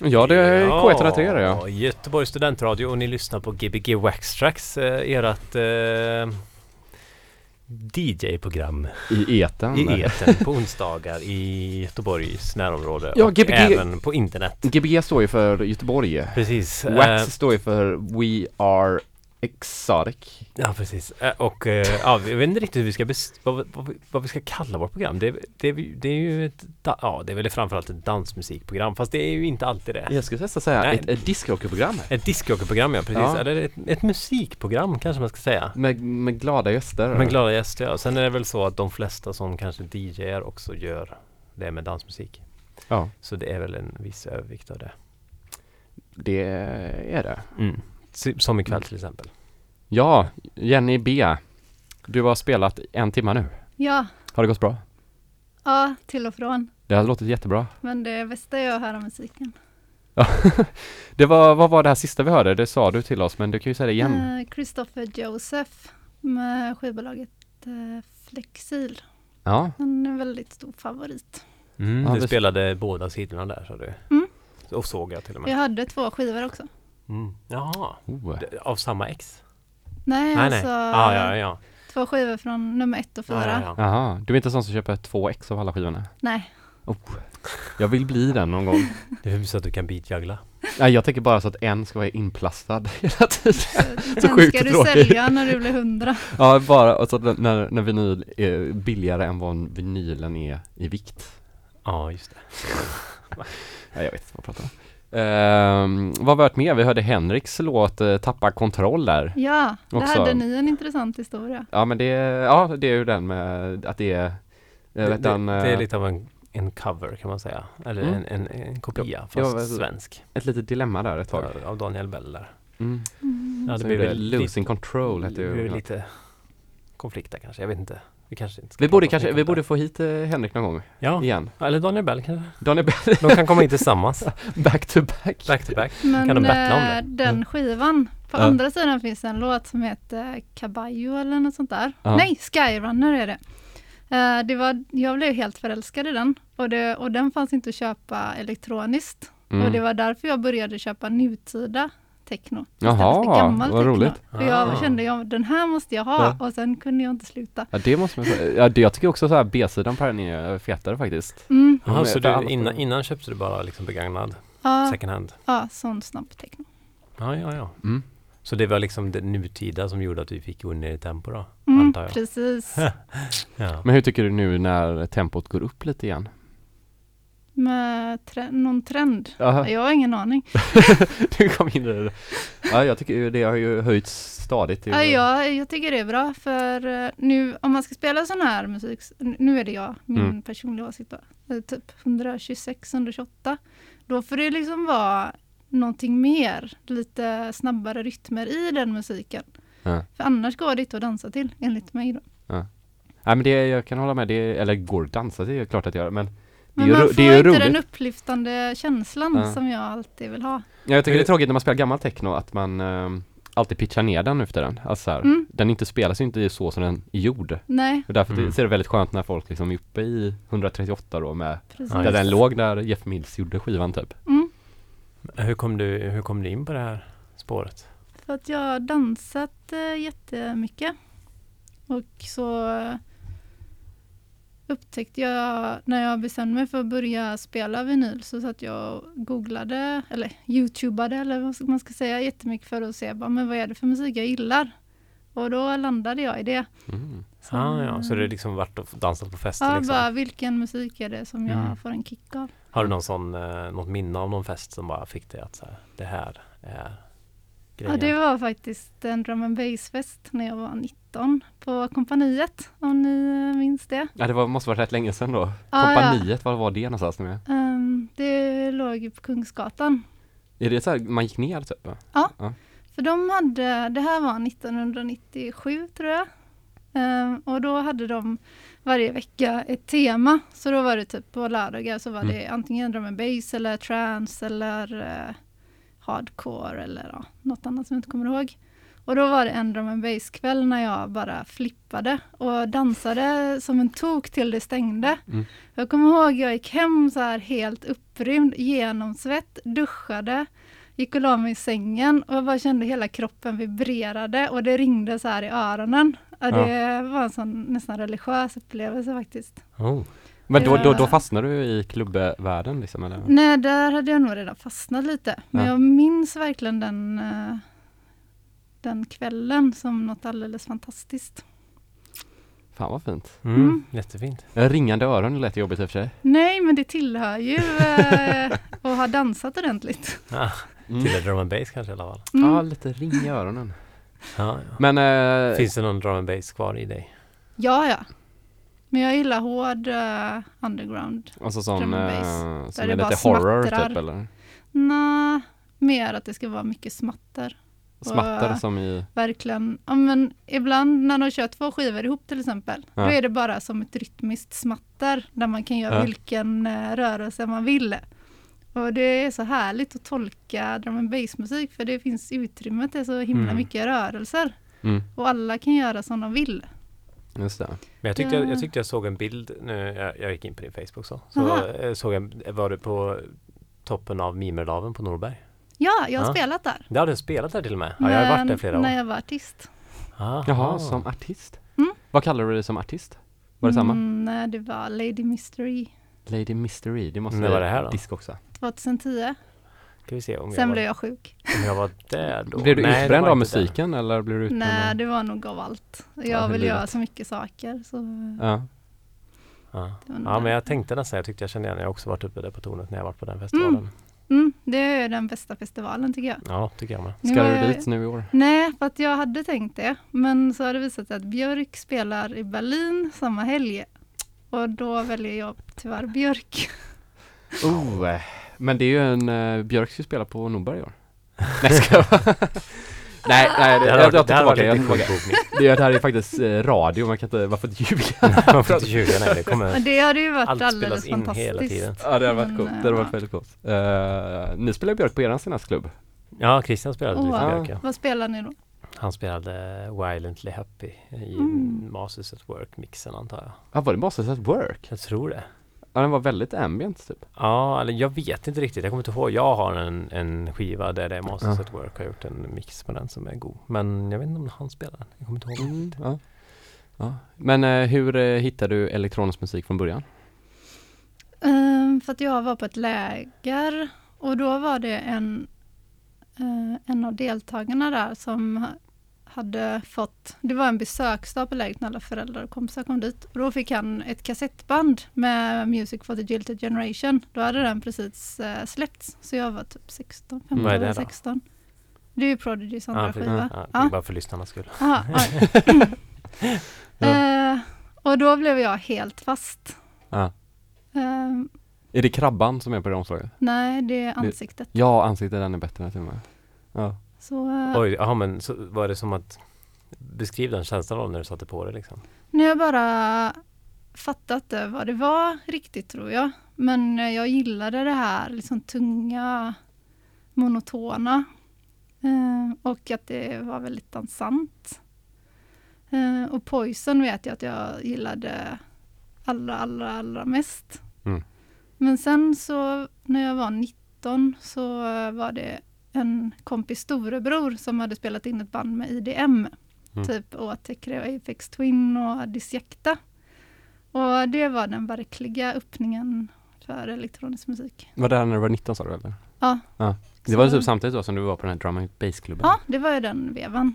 [SPEAKER 2] Ja, det är K103 ja.
[SPEAKER 1] Göteborgs studentradio och ni lyssnar på Gbg Waxtrax, eh, ert eh, DJ-program
[SPEAKER 2] I etern.
[SPEAKER 1] i etern på onsdagar i Göteborgs närområde
[SPEAKER 2] Ja,
[SPEAKER 1] och
[SPEAKER 2] Gbg
[SPEAKER 1] även på internet.
[SPEAKER 2] Gbg står ju för Göteborg.
[SPEAKER 1] Precis. eh,
[SPEAKER 2] Wax står ju för We Are Exotic.
[SPEAKER 1] Ja precis. Eh, Och eh, ja, jag vet inte riktigt hur vi ska bes- vad, vad, vi- vad vi ska kalla vårt program. Det, det, det är ju ett, da- ja det är väl framförallt ett dansmusikprogram fast det är ju inte alltid det.
[SPEAKER 2] Jag skulle nästan säga
[SPEAKER 1] Eh. Nej.
[SPEAKER 2] ett, ett discjockeyprogram.
[SPEAKER 1] Ett discjockeyprogram ja, precis.
[SPEAKER 2] Ja.
[SPEAKER 1] Eller ett, ett musikprogram kanske man ska säga.
[SPEAKER 2] Med, med glada gäster.
[SPEAKER 1] Med glada gäster ja. Sen är det väl så att de flesta som kanske DJar också gör det med dansmusik.
[SPEAKER 2] ja.
[SPEAKER 1] Så det är väl en viss övervikt av det.
[SPEAKER 2] Det är det.
[SPEAKER 1] Mm. Si- Som ikväll till exempel.
[SPEAKER 2] Ja, Jenny B. Du har spelat en timme nu.
[SPEAKER 3] Ja,
[SPEAKER 2] Har det gått bra?
[SPEAKER 3] ja, till och från.
[SPEAKER 2] Det har låtit jättebra.
[SPEAKER 3] Men det bästa är att höra musiken.
[SPEAKER 2] Det var, vad var det här sista vi hörde? Det sa du till oss, men du kan ju säga det igen.
[SPEAKER 3] Eh, Christopher Joseph med skivbolaget eh, Flexil.
[SPEAKER 2] Ja,
[SPEAKER 3] En väldigt stor favorit.
[SPEAKER 1] Mm,
[SPEAKER 2] Ja,
[SPEAKER 1] du
[SPEAKER 2] det-
[SPEAKER 1] spelade båda sidorna där sa du.
[SPEAKER 3] Mm.
[SPEAKER 1] Och såg jag till och med.
[SPEAKER 3] Jag hade två skivor också.
[SPEAKER 1] Mm. Jaha.
[SPEAKER 2] oh.
[SPEAKER 1] D- Av samma ex?
[SPEAKER 3] Nej,
[SPEAKER 1] nej, nej.
[SPEAKER 3] alltså
[SPEAKER 1] Ja, ja, ja.
[SPEAKER 3] två skivor från nummer ett och fyra.
[SPEAKER 1] ja, ja, ja.
[SPEAKER 2] Jaha, du är inte sån som köper två ex av alla skivorna?
[SPEAKER 3] Nej,
[SPEAKER 2] Jag vill bli den någon gång.
[SPEAKER 1] Det är så att du kan beatjuggla.
[SPEAKER 2] Nej, jag tänker bara så att en ska vara inplastad [laughs] hela tiden.
[SPEAKER 3] så
[SPEAKER 2] Så
[SPEAKER 3] den
[SPEAKER 2] sjukt
[SPEAKER 3] ska du
[SPEAKER 2] tråkig.
[SPEAKER 3] sälja när du blir hundra.
[SPEAKER 2] Ja, bara och så att den- när, när vinyl är billigare än vad vinylen är i vikt.
[SPEAKER 1] Ja, just det.
[SPEAKER 2] Ja, jag vet inte vad jag pratar om. Ehm, vad var det mer? Vi hörde Henriks låt eh, Tappa kontroll där.
[SPEAKER 3] Ja, där
[SPEAKER 2] Också.
[SPEAKER 3] hade ni en intressant historia.
[SPEAKER 2] Ja, men det, ja, det är ju den med att det är, eh, jag
[SPEAKER 1] Det,
[SPEAKER 2] vet
[SPEAKER 1] det,
[SPEAKER 2] den,
[SPEAKER 1] det är
[SPEAKER 2] eh,
[SPEAKER 1] lite av en, en cover kan man säga. Eller
[SPEAKER 2] Mm.
[SPEAKER 1] en, en, en kopia, fast
[SPEAKER 2] väl-
[SPEAKER 1] svensk.
[SPEAKER 2] eh, ett litet dilemma där ett tag.
[SPEAKER 1] Av- Av Daniel Bell där.
[SPEAKER 2] Mm.
[SPEAKER 1] Ja, det
[SPEAKER 2] Så är
[SPEAKER 1] blir
[SPEAKER 2] det
[SPEAKER 1] väl
[SPEAKER 2] Losing Control
[SPEAKER 1] lite,
[SPEAKER 2] heter
[SPEAKER 1] det blir
[SPEAKER 2] ju.
[SPEAKER 1] lite konflikt där kanske. Jag vet inte. Vi kanske inte ska
[SPEAKER 2] Vi borde
[SPEAKER 1] prata så
[SPEAKER 2] kanske,
[SPEAKER 1] mycket
[SPEAKER 2] vi
[SPEAKER 1] om det.
[SPEAKER 2] borde få hit eh, Henrik någon gång
[SPEAKER 1] Ja,
[SPEAKER 2] igen.
[SPEAKER 1] eller Daniel Bell kanske.
[SPEAKER 2] Daniel Bell,
[SPEAKER 1] De kan komma in tillsammans,
[SPEAKER 2] [laughs] back to back.
[SPEAKER 1] back to back.
[SPEAKER 3] Men
[SPEAKER 1] Kan de battla om
[SPEAKER 3] eh,
[SPEAKER 1] det?
[SPEAKER 3] den skivan, på
[SPEAKER 2] Ja.
[SPEAKER 3] andra sidan finns en låt som heter eh, Caballo eller något sånt där.
[SPEAKER 2] Ja.
[SPEAKER 3] Nej, Skyrunner är det. Eh, det var, jag blev helt förälskad i den och, det, och den fanns inte att köpa elektroniskt. Och det
[SPEAKER 2] Mm.
[SPEAKER 3] var därför jag började köpa nutida techno. istället för
[SPEAKER 2] Jaha,
[SPEAKER 3] gammal
[SPEAKER 2] vad
[SPEAKER 3] techno.
[SPEAKER 2] roligt.
[SPEAKER 3] För jag
[SPEAKER 1] Ah.
[SPEAKER 3] kände, jag, den här måste jag ha och sen kunde jag inte sluta.
[SPEAKER 2] Ja det måste man säga. Ja, det, jag tycker också så här B-sidan på den är fetare faktiskt.
[SPEAKER 3] Mm,
[SPEAKER 1] Jaha,
[SPEAKER 2] men
[SPEAKER 1] så
[SPEAKER 2] för
[SPEAKER 1] du,
[SPEAKER 2] alla-
[SPEAKER 1] innan, innan köpte du bara liksom begagnad
[SPEAKER 3] ja,
[SPEAKER 1] second hand?
[SPEAKER 3] ja, sån snabb techno.
[SPEAKER 1] Ja, ja, ja.
[SPEAKER 2] Mm.
[SPEAKER 1] Så det var liksom det nutida som gjorde att du fick gå ner i tempo då?
[SPEAKER 3] Mm,
[SPEAKER 1] Antar jag.
[SPEAKER 3] precis.
[SPEAKER 1] Ja.
[SPEAKER 2] Men hur tycker du nu när tempot går upp lite igen?
[SPEAKER 3] Med tre- någon trend.
[SPEAKER 2] Jaha,
[SPEAKER 3] Jag har ingen aning.
[SPEAKER 2] [laughs] du kom in i det. Ja, jag tycker ju det har ju höjts stadigt. i-
[SPEAKER 3] Ja, ja, jag tycker det är bra för eh, nu om man ska spela sån här musik, s- nu är det jag, min
[SPEAKER 2] Mm.
[SPEAKER 3] personliga åsikt då, eh, typ 126-128, då får det liksom vara någonting mer, lite snabbare rytmer i den musiken.
[SPEAKER 2] Ja.
[SPEAKER 3] För annars går det inte att dansa till, enligt mig då.
[SPEAKER 2] Nej, men det, jag kan hålla med. Det, eller går att dansa, det är klart att jag gör, men det är
[SPEAKER 3] Men
[SPEAKER 2] ju
[SPEAKER 3] man
[SPEAKER 2] ro-
[SPEAKER 3] får
[SPEAKER 2] det är ju
[SPEAKER 3] inte
[SPEAKER 2] roligt.
[SPEAKER 3] den upplyftande känslan
[SPEAKER 2] Ja.
[SPEAKER 3] som jag alltid vill ha.
[SPEAKER 2] Ja, jag tycker det är tråkigt när man spelar gammal techno att man ehm, alltid pitchar ner den nu för tiden. Alltså så här,
[SPEAKER 3] Mm.
[SPEAKER 2] den inte spelas ju inte så som den är gjord.
[SPEAKER 3] Nej,
[SPEAKER 2] Och därför
[SPEAKER 1] Mm.
[SPEAKER 2] ser det väldigt skönt när folk liksom är uppe i 138 då med,
[SPEAKER 3] precis.
[SPEAKER 1] Ja,
[SPEAKER 2] där
[SPEAKER 1] just
[SPEAKER 2] den
[SPEAKER 1] det.
[SPEAKER 2] låg när Jeff Mills gjorde skivan typ.
[SPEAKER 3] Mm,
[SPEAKER 1] Hur, kom du, hur kom du in på det här spåret?
[SPEAKER 3] för att jag har dansat eh, jättemycket. Och så eh, upptäckte jag när jag bestämde mig för att börja spela vinyl så satt jag och googlade eller youtubade eller vad ska- man ska säga jättemycket för att se bara, men vad är det för musik jag gillar. Och då landade jag i det.
[SPEAKER 2] Mm.
[SPEAKER 3] Så,
[SPEAKER 1] Ah, ja, så det har liksom varit och dansat på fester
[SPEAKER 3] ja,
[SPEAKER 1] liksom?
[SPEAKER 3] bara, vilken musik är det som jag
[SPEAKER 1] Mm.
[SPEAKER 3] får en kick av?
[SPEAKER 1] Har du någon sån, eh, något minne av någon fest som bara fick dig att så här, det här är
[SPEAKER 3] Ja,
[SPEAKER 1] grejen?
[SPEAKER 3] det var faktiskt en drum and bass-fest när jag var 19 på kompaniet, om ni eh, minns det.
[SPEAKER 2] Ja det var, måste varit rätt länge sedan då.
[SPEAKER 3] Ja,
[SPEAKER 2] Kompaniet, var var det någonstans nu?
[SPEAKER 3] Ehm, det låg ju på Kungsgatan.
[SPEAKER 2] Är det så här, man gick ner typ? va?
[SPEAKER 3] För de hade, det här var 1997 tror jag. Ehm, och då hade de varje vecka ett tema. Så då var det typ på lördagar så var det antingen drum and bass eller trance eller eh, hardcore eller ja, något annat som jag inte kommer ihåg. Och då var det en drum and bass kväll när jag bara flippade och dansade som en tok till det stängde.
[SPEAKER 2] Mm.
[SPEAKER 3] Jag kommer ihåg jag gick hem så här helt upprymd, genomsvett, duschade, gick och la mig i sängen och jag bara kände hela kroppen vibrerade och det ringde så här i öronen. Ja, det var en sån nästan religiös upplevelse faktiskt.
[SPEAKER 1] Oh.
[SPEAKER 2] Men då, då, då
[SPEAKER 3] Ja.
[SPEAKER 2] fastnade du i klubbvärlden liksom eller?
[SPEAKER 3] Nej, där hade jag nog redan fastnat lite. Men
[SPEAKER 2] Ja.
[SPEAKER 3] jag minns verkligen den, eh, den kvällen som något alldeles fantastiskt.
[SPEAKER 2] Fan vad fint.
[SPEAKER 1] Mm.
[SPEAKER 3] Mm.
[SPEAKER 1] Jättefint.
[SPEAKER 2] Eh, Ringande öron lät jobbigt i och för sig.
[SPEAKER 3] Nej, men det tillhör ju eh, att ha dansat ordentligt.
[SPEAKER 1] Ah,
[SPEAKER 2] Mm.
[SPEAKER 1] Till drum and bass kanske i alla fall?
[SPEAKER 3] Mm.
[SPEAKER 2] Ja lite ring i öronen.
[SPEAKER 1] Ja, ja.
[SPEAKER 2] Men eh,
[SPEAKER 1] Finns det någon drum and bass kvar i dig?
[SPEAKER 3] Ja, ja. Men jag gillar hård eh, underground.
[SPEAKER 2] alltså sån
[SPEAKER 3] drum and
[SPEAKER 2] eh,
[SPEAKER 3] bass,
[SPEAKER 2] som
[SPEAKER 3] det
[SPEAKER 2] är
[SPEAKER 3] bara
[SPEAKER 2] lite horror
[SPEAKER 3] smattrar.
[SPEAKER 2] typ eller?
[SPEAKER 3] Nja, mer att det ska vara mycket smatter.
[SPEAKER 2] Smattar
[SPEAKER 3] Och-
[SPEAKER 2] som i...
[SPEAKER 3] Verkligen. Ja, men ibland när de kör två skivor ihop till exempel,
[SPEAKER 2] Ja.
[SPEAKER 3] då är det bara som ett rytmiskt smatter där man kan göra
[SPEAKER 2] Ja.
[SPEAKER 3] vilken eh, rörelse man vill. Och det är så härligt att tolka drum and bass musik för det finns utrymmet, det är så himla
[SPEAKER 1] Mm.
[SPEAKER 3] mycket rörelser
[SPEAKER 2] Mm,
[SPEAKER 3] och alla kan göra som de vill.
[SPEAKER 2] just det.
[SPEAKER 1] Men jag tyckte, jag,
[SPEAKER 3] Ja.
[SPEAKER 1] jag tyckte jag såg en bild nu, jag, jag gick in på din Facebook så. Så
[SPEAKER 3] Aha.
[SPEAKER 1] eh, såg jag, var du på toppen av Mimerlaven på Norberg?
[SPEAKER 3] Ja, jag har
[SPEAKER 1] Ja.
[SPEAKER 3] spelat där.
[SPEAKER 1] Där har du spelat där till och med? Ja, jag har varit där flera år.
[SPEAKER 3] När jag var artist.
[SPEAKER 1] Aha.
[SPEAKER 2] Jaha, som artist?
[SPEAKER 3] Mm.
[SPEAKER 2] Vad kallar du dig som artist? Var det samma?
[SPEAKER 3] Mm, nej, det var Lady Mystery
[SPEAKER 2] Lady Mystery, det måste
[SPEAKER 1] När var det här då?
[SPEAKER 2] Disco också.
[SPEAKER 3] 2010.
[SPEAKER 1] Ska vi se om jag,
[SPEAKER 3] Sen
[SPEAKER 1] var,
[SPEAKER 3] blev jag sjuk.
[SPEAKER 1] om jag var där då?
[SPEAKER 2] Blev du
[SPEAKER 1] Nej, det
[SPEAKER 2] utbränd
[SPEAKER 1] var
[SPEAKER 2] av
[SPEAKER 1] inte där.
[SPEAKER 2] musiken eller blev du utbränd?
[SPEAKER 3] Nej,
[SPEAKER 2] av-
[SPEAKER 3] det var nog av allt. Jag
[SPEAKER 2] Ja,
[SPEAKER 3] vill
[SPEAKER 2] livet.
[SPEAKER 3] göra så mycket saker. Så eh, det
[SPEAKER 2] Ja.
[SPEAKER 1] Ja.
[SPEAKER 3] var nog
[SPEAKER 1] ja, men
[SPEAKER 3] det.
[SPEAKER 1] jag tänkte nästan, jag tyckte jag kände igen, jag har också varit uppe där på tornet när jag varit på den festivalen.
[SPEAKER 3] Mm, det är den bästa festivalen tycker jag.
[SPEAKER 1] Ja, tycker jag med.
[SPEAKER 3] Nu
[SPEAKER 2] Ska
[SPEAKER 3] var
[SPEAKER 2] du
[SPEAKER 3] jag-
[SPEAKER 2] dit nu i år?
[SPEAKER 3] Nej, för att jag hade tänkt det. Men så har det visat sig att Björk spelar i Berlin samma helg. Och då väljer jag tyvärr Björk.
[SPEAKER 2] Oh, eh, men det är ju en, eh, Björk ska ju spela på Norberg i [laughs] år. Nej, ska jag [laughs] Nej, nej, det,
[SPEAKER 1] Det
[SPEAKER 2] jag,
[SPEAKER 1] hade
[SPEAKER 2] jag tar
[SPEAKER 1] varit, det hade
[SPEAKER 2] tillbaka
[SPEAKER 1] varit
[SPEAKER 2] det, jag tar
[SPEAKER 1] lite
[SPEAKER 2] tillbaka det.
[SPEAKER 1] sjukt.
[SPEAKER 2] Det här är faktiskt eh, radio, man kan inte, varför inte ljuga?
[SPEAKER 1] Man får inte ljuga, nej. Det kommer...
[SPEAKER 3] Och det hade ju varit
[SPEAKER 1] Allt spelas
[SPEAKER 3] alldeles
[SPEAKER 1] in hela
[SPEAKER 3] fantastiskt.
[SPEAKER 1] tiden.
[SPEAKER 2] [laughs] Ja, det hade varit
[SPEAKER 3] Men,
[SPEAKER 2] coolt, det
[SPEAKER 3] eh,
[SPEAKER 2] hade varit
[SPEAKER 3] ja.
[SPEAKER 2] väldigt coolt. Eh, ni spelade Björk på eran senaste klubb.
[SPEAKER 1] Ja, Christian spelade lite
[SPEAKER 3] Åh.
[SPEAKER 1] Björk, ja.
[SPEAKER 3] Vad spelar ni då?
[SPEAKER 1] Han spelade Violently Happy i
[SPEAKER 3] Mm.
[SPEAKER 1] Masters at Work-mixen antar jag.
[SPEAKER 2] Ja, var det Masters at Work?
[SPEAKER 1] Jag tror det.
[SPEAKER 2] Ja, den var väldigt ambient typ.
[SPEAKER 1] Ja, eller jag vet inte riktigt. Jag kommer inte ihåg. Jag har en, en skiva där det är Masters
[SPEAKER 2] Ja.
[SPEAKER 1] at Work har gjort en mix på den som är god. Men jag vet inte om han spelar den. Jag kommer inte ihåg.
[SPEAKER 2] Mm, ja. Ja. Men eh, hur eh, hittade du elektronisk musik från början?
[SPEAKER 3] Ehm, för att jag var på ett läger och då var det en, eh, en av deltagarna där som ha- hade fått, det var en besöksdag på lägret när alla föräldrar och kompisar kom dit. Och då fick han ett kassettband med Music for the Jilted Generation. Då hade den precis eh, släppts, så jag var typ 16, 15
[SPEAKER 1] Vad är det
[SPEAKER 3] eller
[SPEAKER 1] då?
[SPEAKER 3] 16. Det är ju Prodigys andra
[SPEAKER 1] Ja, precis.
[SPEAKER 3] skiva.
[SPEAKER 1] Ja, det
[SPEAKER 3] Ja.
[SPEAKER 1] är [laughs] bara för lyssnarnas skull.
[SPEAKER 3] Aha, oj. Eh, och då blev jag helt fast.
[SPEAKER 2] Ja.
[SPEAKER 3] Ehm,
[SPEAKER 2] Är det krabban som är på det omslaget?
[SPEAKER 3] Nej, det är ansiktet.
[SPEAKER 2] Ja, ansiktet den är bättre än till och med. Ja.
[SPEAKER 3] Så, eh,
[SPEAKER 1] Oj, jaha men så var det som att Beskriv den känslan av när du satte på det liksom.
[SPEAKER 3] nu har jag bara fattat eh, vad det var riktigt tror jag. Men eh, jag gillade det här liksom tunga, monotona. Eh, och att det var väldigt dansant. Eh, och Poison vet jag att jag gillade allra, allra, allra mest.
[SPEAKER 2] Mm.
[SPEAKER 3] Men sen så när jag var 19 så eh, var det en kompis storebror som hade spelat in ett band med IDM.
[SPEAKER 2] Mm.
[SPEAKER 3] Typ Åtekre och Apex Twin och Dysjekta. Och det var den verkliga öppningen för elektronisk musik.
[SPEAKER 2] Var det här när du var 19 sa du eller?
[SPEAKER 3] Ja.
[SPEAKER 2] Ja. Det var
[SPEAKER 3] Så-
[SPEAKER 2] typ samtidigt då som du var på den här Drum and Bass-klubben? Mm.
[SPEAKER 3] Ja, det var ju den vevan.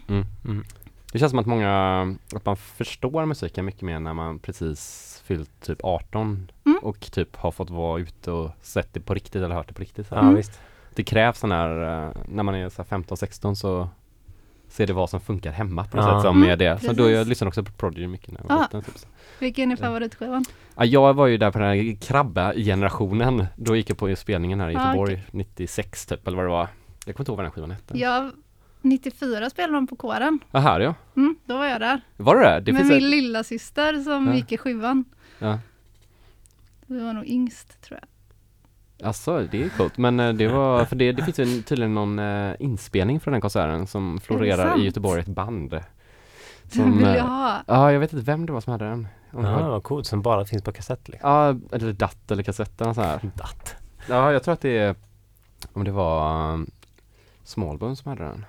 [SPEAKER 2] Det känns som att många, att man förstår musiken mycket mer när man precis fyllt typ 18
[SPEAKER 3] Mm.
[SPEAKER 2] och typ har fått vara ute och sett det på riktigt eller hört det på riktigt. så
[SPEAKER 1] Ja
[SPEAKER 2] här.
[SPEAKER 3] Mm.
[SPEAKER 1] visst.
[SPEAKER 2] Det krävs sån här, eh, när man är 15-16 så ser det vad som funkar hemma på något
[SPEAKER 1] Ja.
[SPEAKER 2] sätt som
[SPEAKER 3] Mm,
[SPEAKER 2] är det. Så då
[SPEAKER 3] precis.
[SPEAKER 2] jag lyssnade också på Prodigy mycket när jag
[SPEAKER 3] Ja.
[SPEAKER 2] var liten. Typ. så.
[SPEAKER 3] Vilken är
[SPEAKER 2] Ja.
[SPEAKER 3] favoritskivan?
[SPEAKER 2] Ja, jag var ju där på den här krabba-generationen. Då gick jag på spelningen här i
[SPEAKER 3] Ja,
[SPEAKER 2] Göteborg 96 typ eller vad det var. Jag kommer inte ihåg vad den här skivan hette.
[SPEAKER 3] Jag, 94 spelade de på kåren.
[SPEAKER 2] Ja, här ja.
[SPEAKER 3] Mm, då var jag där.
[SPEAKER 2] Var det det? det?
[SPEAKER 3] Med
[SPEAKER 2] finns
[SPEAKER 3] min
[SPEAKER 2] ett-
[SPEAKER 3] lilla syster som
[SPEAKER 2] Ja.
[SPEAKER 3] gick i sjuan.
[SPEAKER 2] Ja.
[SPEAKER 3] Vi var nog yngst tror jag.
[SPEAKER 2] Alltså det är coolt, men eh, det var, för det, det finns ju tydligen någon eh, inspelning från den konserten som florerar
[SPEAKER 3] sant?
[SPEAKER 2] i Göteborg, ett band.
[SPEAKER 3] Den
[SPEAKER 2] Som,
[SPEAKER 3] vill
[SPEAKER 2] eh,
[SPEAKER 3] jag ha.
[SPEAKER 2] Ja, jag vet inte vem det var som hade den. Om det
[SPEAKER 1] Ja,
[SPEAKER 2] var-
[SPEAKER 1] vad coolt som bara finns på kassett liksom.
[SPEAKER 2] Ja, eller datt eller kassetterna så här.
[SPEAKER 1] Datt.
[SPEAKER 2] Ja, jag tror att det är, om det var um, Smallbone som hade den.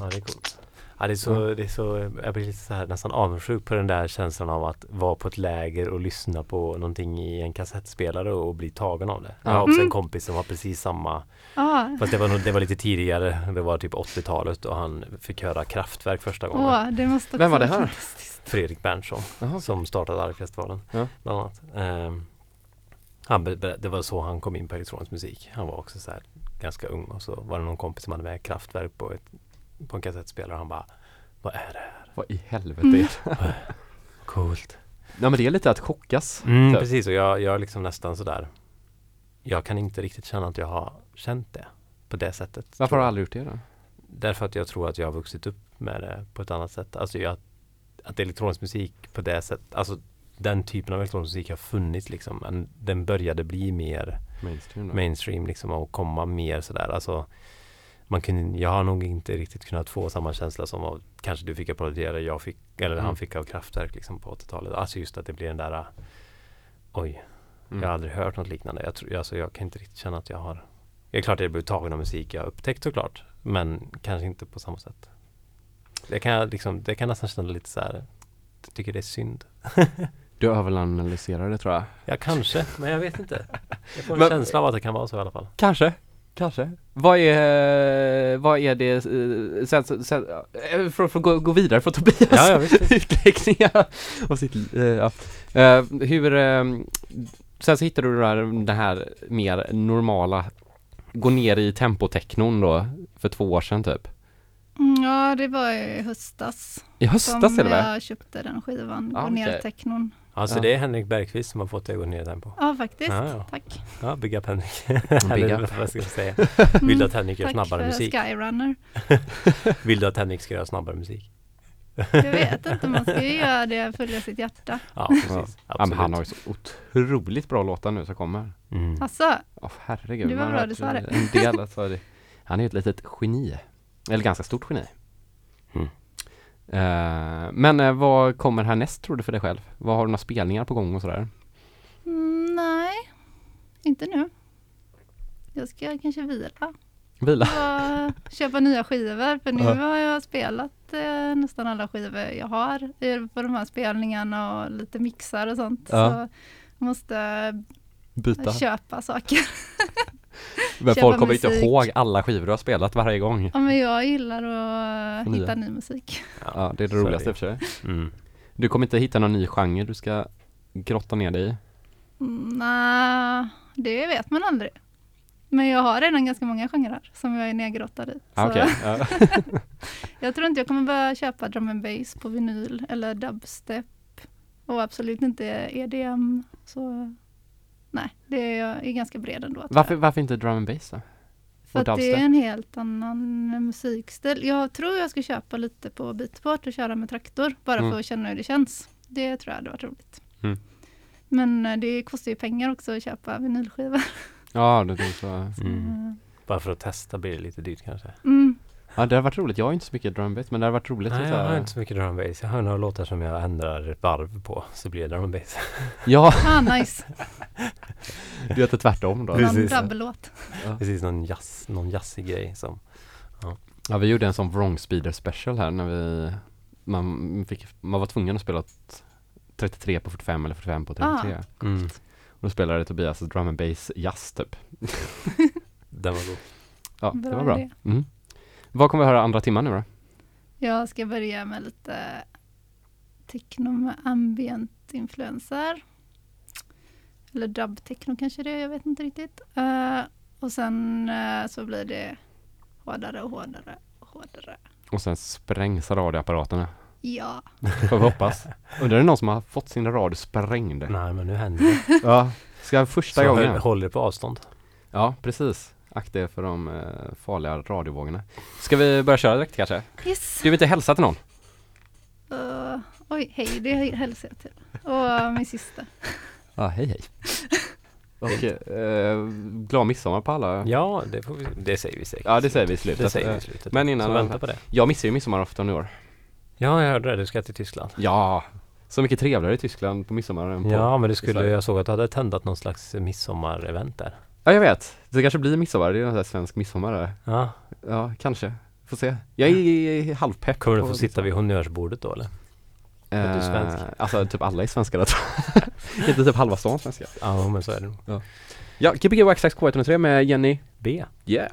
[SPEAKER 1] Ja det är coolt. Ja det är så, det är så, jag blir lite så här nästan avundsjuk på den där känslan av att vara på ett läger och lyssna på någonting i en kassettspelare och bli tagen av det. Jag har
[SPEAKER 2] Ja.
[SPEAKER 1] också en
[SPEAKER 3] Mm.
[SPEAKER 1] kompis som har precis samma
[SPEAKER 3] Ja,
[SPEAKER 1] Fast det var, nog, det var lite tidigare, det var typ 80-talet och han fick höra Kraftwerk första gången.
[SPEAKER 3] åh, det måste också
[SPEAKER 2] Vem var det
[SPEAKER 3] vara
[SPEAKER 2] här?
[SPEAKER 3] fantastiskt.
[SPEAKER 1] Fredrik Berntsson
[SPEAKER 2] Jaha,
[SPEAKER 1] som startade Arkfestivalen
[SPEAKER 2] Ja.
[SPEAKER 1] bland annat. Ehm, han, ber- ber- det var så han kom in på elektronisk musik. Han var också så här ganska ung och så var det någon kompis som hade med Kraftwerk på, ett, på en kassettspelare och han bara Vad är det?
[SPEAKER 2] vad i helvete är
[SPEAKER 3] Mm.
[SPEAKER 2] det?
[SPEAKER 1] Coolt.
[SPEAKER 2] Nej men det är lite att chockas. typ.
[SPEAKER 1] Mm,
[SPEAKER 2] Så.
[SPEAKER 1] precis och jag, jag är liksom nästan sådär Jag kan inte riktigt känna att jag har känt det. på det sättet.
[SPEAKER 2] Varför
[SPEAKER 1] tror
[SPEAKER 2] har du
[SPEAKER 1] jag.
[SPEAKER 2] aldrig gjort det då?
[SPEAKER 1] Därför att jag tror att jag har vuxit upp med det på ett annat sätt. Alltså jag, att elektronisk musik på det sättet, alltså den typen av elektronisk musik har funnits liksom. Men den började bli mer
[SPEAKER 2] Mainstream då?
[SPEAKER 1] mainstream liksom och komma mer sådär. Alltså, man kunde, jag har nog inte riktigt kunnat få samma känsla som av, kanske du fick applådera, jag fick, eller
[SPEAKER 2] Mm.
[SPEAKER 1] han fick av Kraftwerk liksom på 80-talet. Alltså just att det blir den där, ah, oj,
[SPEAKER 2] Mm.
[SPEAKER 1] jag har aldrig hört något liknande. Jag, tror, alltså, jag kan inte riktigt känna att jag har... Det är klart att jag blev tagen av musik jag har upptäckt såklart. Men kanske inte på samma sätt. Det kan jag liksom, det kan jag nästan känna lite så här. Jag tycker det är synd.
[SPEAKER 2] Du överanalyserar det tror jag.
[SPEAKER 1] Ja, kanske, men jag vet inte. Jag [laughs] får en
[SPEAKER 2] Men-
[SPEAKER 1] känsla av att det kan vara så i alla fall.
[SPEAKER 2] Kanske, kanske. Vad är, vad är det, eh, sen, sen, sen eh, för, för att gå, gå vidare från Tobias
[SPEAKER 1] Ja, ja, visst,
[SPEAKER 2] utläggningar och sitt, eh, ja. Eh, hur, eh, sen så hittade du den här, den här mer normala, gå ner i tempotechnon då, för två år sedan typ.
[SPEAKER 3] Mm, Ja, det var i höstas
[SPEAKER 2] I höstas
[SPEAKER 3] som
[SPEAKER 2] eller?
[SPEAKER 3] jag köpte den skivan,
[SPEAKER 2] Ah,
[SPEAKER 3] Gå ner
[SPEAKER 2] okej.
[SPEAKER 3] technon.
[SPEAKER 1] Alltså
[SPEAKER 2] Ja.
[SPEAKER 1] det är Henrik Bergqvist som har fått det att gå ner i tempo.
[SPEAKER 3] Ja, faktiskt.
[SPEAKER 1] Ah, ja.
[SPEAKER 3] Tack.
[SPEAKER 1] Ja, big up [laughs] Henrik. Eller
[SPEAKER 2] up.
[SPEAKER 1] vad ska jag
[SPEAKER 3] [laughs]
[SPEAKER 1] säga?
[SPEAKER 3] Mm,
[SPEAKER 1] Vill du att Henrik gör
[SPEAKER 3] Tack
[SPEAKER 1] snabbare
[SPEAKER 3] för
[SPEAKER 1] musik?
[SPEAKER 3] Skyrunner.
[SPEAKER 1] Vill du att Henrik ska göra snabbare musik?
[SPEAKER 3] Jag vet inte, man ska ju göra det, följa sitt hjärta.
[SPEAKER 1] [laughs] Ja, precis.
[SPEAKER 2] Ja, men han
[SPEAKER 1] Absolut.
[SPEAKER 2] har ju så otroligt bra låtar nu som kommer.
[SPEAKER 1] Mm.
[SPEAKER 3] Alltså,
[SPEAKER 2] Åh herregud.
[SPEAKER 3] Det var
[SPEAKER 2] man
[SPEAKER 3] bra
[SPEAKER 2] har
[SPEAKER 3] du
[SPEAKER 2] hört
[SPEAKER 3] sa det.
[SPEAKER 2] En del att sa det. Han är ju ett litet geni. Eller ganska stort geni.
[SPEAKER 1] Mm.
[SPEAKER 2] Eh, men eh, vad kommer härnäst tror du för dig själv? Vad har du några spelningar på gång och sådär?
[SPEAKER 3] mm, nej, inte nu. Jag ska kanske vila.
[SPEAKER 2] Vila?
[SPEAKER 3] Bara köpa nya skivor, för nu
[SPEAKER 2] Ja.
[SPEAKER 3] har jag spelat eh, nästan alla skivor jag har eh, på de här spelningarna och lite mixar och sånt.
[SPEAKER 2] Ja.
[SPEAKER 3] Så jag måste
[SPEAKER 2] Byta?
[SPEAKER 3] köpa saker.
[SPEAKER 2] Men
[SPEAKER 3] köpa
[SPEAKER 2] folk kommer ju inte
[SPEAKER 3] musik.
[SPEAKER 2] ihåg alla skivor du har spelat varje gång.
[SPEAKER 3] Ja, men jag gillar att
[SPEAKER 2] Förnya.
[SPEAKER 3] hitta ny musik.
[SPEAKER 2] Ja, det är det
[SPEAKER 1] så
[SPEAKER 2] roligaste i
[SPEAKER 1] är
[SPEAKER 2] och för sig.
[SPEAKER 1] det. Mm.
[SPEAKER 2] Du kommer inte hitta någon ny genre du ska grotta ner dig i.
[SPEAKER 3] Mm, Nej, det vet man aldrig. Men jag har redan ganska många genrer som jag är nedgrottad i.
[SPEAKER 2] Ah,
[SPEAKER 3] Så
[SPEAKER 2] okej. Ja.
[SPEAKER 3] [laughs] Jag tror inte jag kommer börja köpa drum and bass på vinyl eller dubstep. Och absolut inte EDM. Så nej, det är, jag är ganska bred ändå. tror
[SPEAKER 2] [laughs]
[SPEAKER 3] jag.
[SPEAKER 2] Varför, varför inte drum and bass då?
[SPEAKER 3] För
[SPEAKER 2] och
[SPEAKER 3] att det
[SPEAKER 2] dubstep?
[SPEAKER 3] är en helt annan musikstil. Jag tror jag ska köpa lite på beatport och köra med traktor. Bara
[SPEAKER 2] Mm.
[SPEAKER 3] för att känna hur det känns. Det tror jag hade varit roligt.
[SPEAKER 2] Mm.
[SPEAKER 3] Men eh, det kostar ju pengar också att köpa vinylskivor.
[SPEAKER 2] Ja, det är så.
[SPEAKER 1] Mm.
[SPEAKER 3] Mm.
[SPEAKER 1] Bara för att testa blir det lite dyrt kanske.
[SPEAKER 2] Ja, det har varit roligt. Jag har inte så mycket drum and bass, men det har varit roligt. att
[SPEAKER 1] Nej,
[SPEAKER 2] så
[SPEAKER 1] jag
[SPEAKER 2] här-
[SPEAKER 1] har inte så mycket drum and bass. Jag har några låtar som jag ändrar varv på, så blir det drum and bass.
[SPEAKER 2] [laughs] Ja,
[SPEAKER 3] Ah, nice.
[SPEAKER 2] du vet det tvärtom då.
[SPEAKER 3] Någon
[SPEAKER 1] Precis.
[SPEAKER 3] dubbellåt.
[SPEAKER 1] [laughs] Precis, någon, jazz, någon jazzig grej som...
[SPEAKER 2] Ja vi gjorde en sån Wrong Speeder special här när vi Man fick, man var tvungen att spela ett 33 på 45 eller 45 på 33
[SPEAKER 3] Ah.
[SPEAKER 1] Mm,
[SPEAKER 2] Och då spelade Tobias drum and bass jazz typ
[SPEAKER 1] den var god.
[SPEAKER 2] Ja, det
[SPEAKER 3] Bra
[SPEAKER 2] var bra
[SPEAKER 3] idé.
[SPEAKER 2] mm. Vad kommer vi höra andra timman nu då?
[SPEAKER 3] Jag ska börja med lite techno med ambient-influenser. Eller dubb-techno kanske det är, jag vet inte riktigt. Eh, och sen eh, så blir det hårdare och hårdare och hårdare.
[SPEAKER 2] Och sen sprängs radioapparaterna
[SPEAKER 3] Ja,
[SPEAKER 2] Får vi [laughs] hoppas Undrar är det någon som har fått sin radio sprängd?
[SPEAKER 1] Nej, men nu händer det.
[SPEAKER 2] Ja Ska jag första
[SPEAKER 1] Så
[SPEAKER 2] gången
[SPEAKER 1] håll, håll det på avstånd.
[SPEAKER 2] Ja precis Akta er för de eh, farliga radiovågorna Ska vi börja köra direkt kanske?
[SPEAKER 3] yes.
[SPEAKER 2] Du vill inte hälsa till någon?
[SPEAKER 3] Eh, oj, hej, det hälsar jag till. Och min syster.
[SPEAKER 2] Ja, hej hej. [laughs] Och eh, glad midsommar på alla.
[SPEAKER 1] Ja, det, får vi, det säger vi säkert.
[SPEAKER 2] Ja, det säger vi i slutet.
[SPEAKER 1] Det säger vi i slutet.
[SPEAKER 2] Men innan-
[SPEAKER 1] så vänta på det.
[SPEAKER 2] Jag missar ju midsommarafton i år.
[SPEAKER 1] Ja, jag hörde det. Du ska till Tyskland.
[SPEAKER 2] Ja, så mycket trevligare i Tyskland på midsommar än på...
[SPEAKER 1] Ja, men du
[SPEAKER 2] i
[SPEAKER 1] skulle,
[SPEAKER 2] Sverige.
[SPEAKER 1] jag såg att du hade tändat någon slags midsommarevent där.
[SPEAKER 2] ja, jag vet. Det kanske blir midsommar. Det är en sån här svensk midsommar där.
[SPEAKER 1] Ja,
[SPEAKER 2] Ja, kanske. Får se. Jag är halvpepp.
[SPEAKER 1] kommer du
[SPEAKER 2] på
[SPEAKER 1] få sitta vid honnörsbordet då eller?
[SPEAKER 2] midsommar.
[SPEAKER 1] att du är svensk?
[SPEAKER 2] Eh, alltså typ alla är svenskar jag tror jag. [laughs] Inte typ halva stan svenskar.
[SPEAKER 1] Ja, men så är det nog.
[SPEAKER 2] Ja, Gbg och XXK103 med Jenny.
[SPEAKER 1] B.
[SPEAKER 2] Yeah.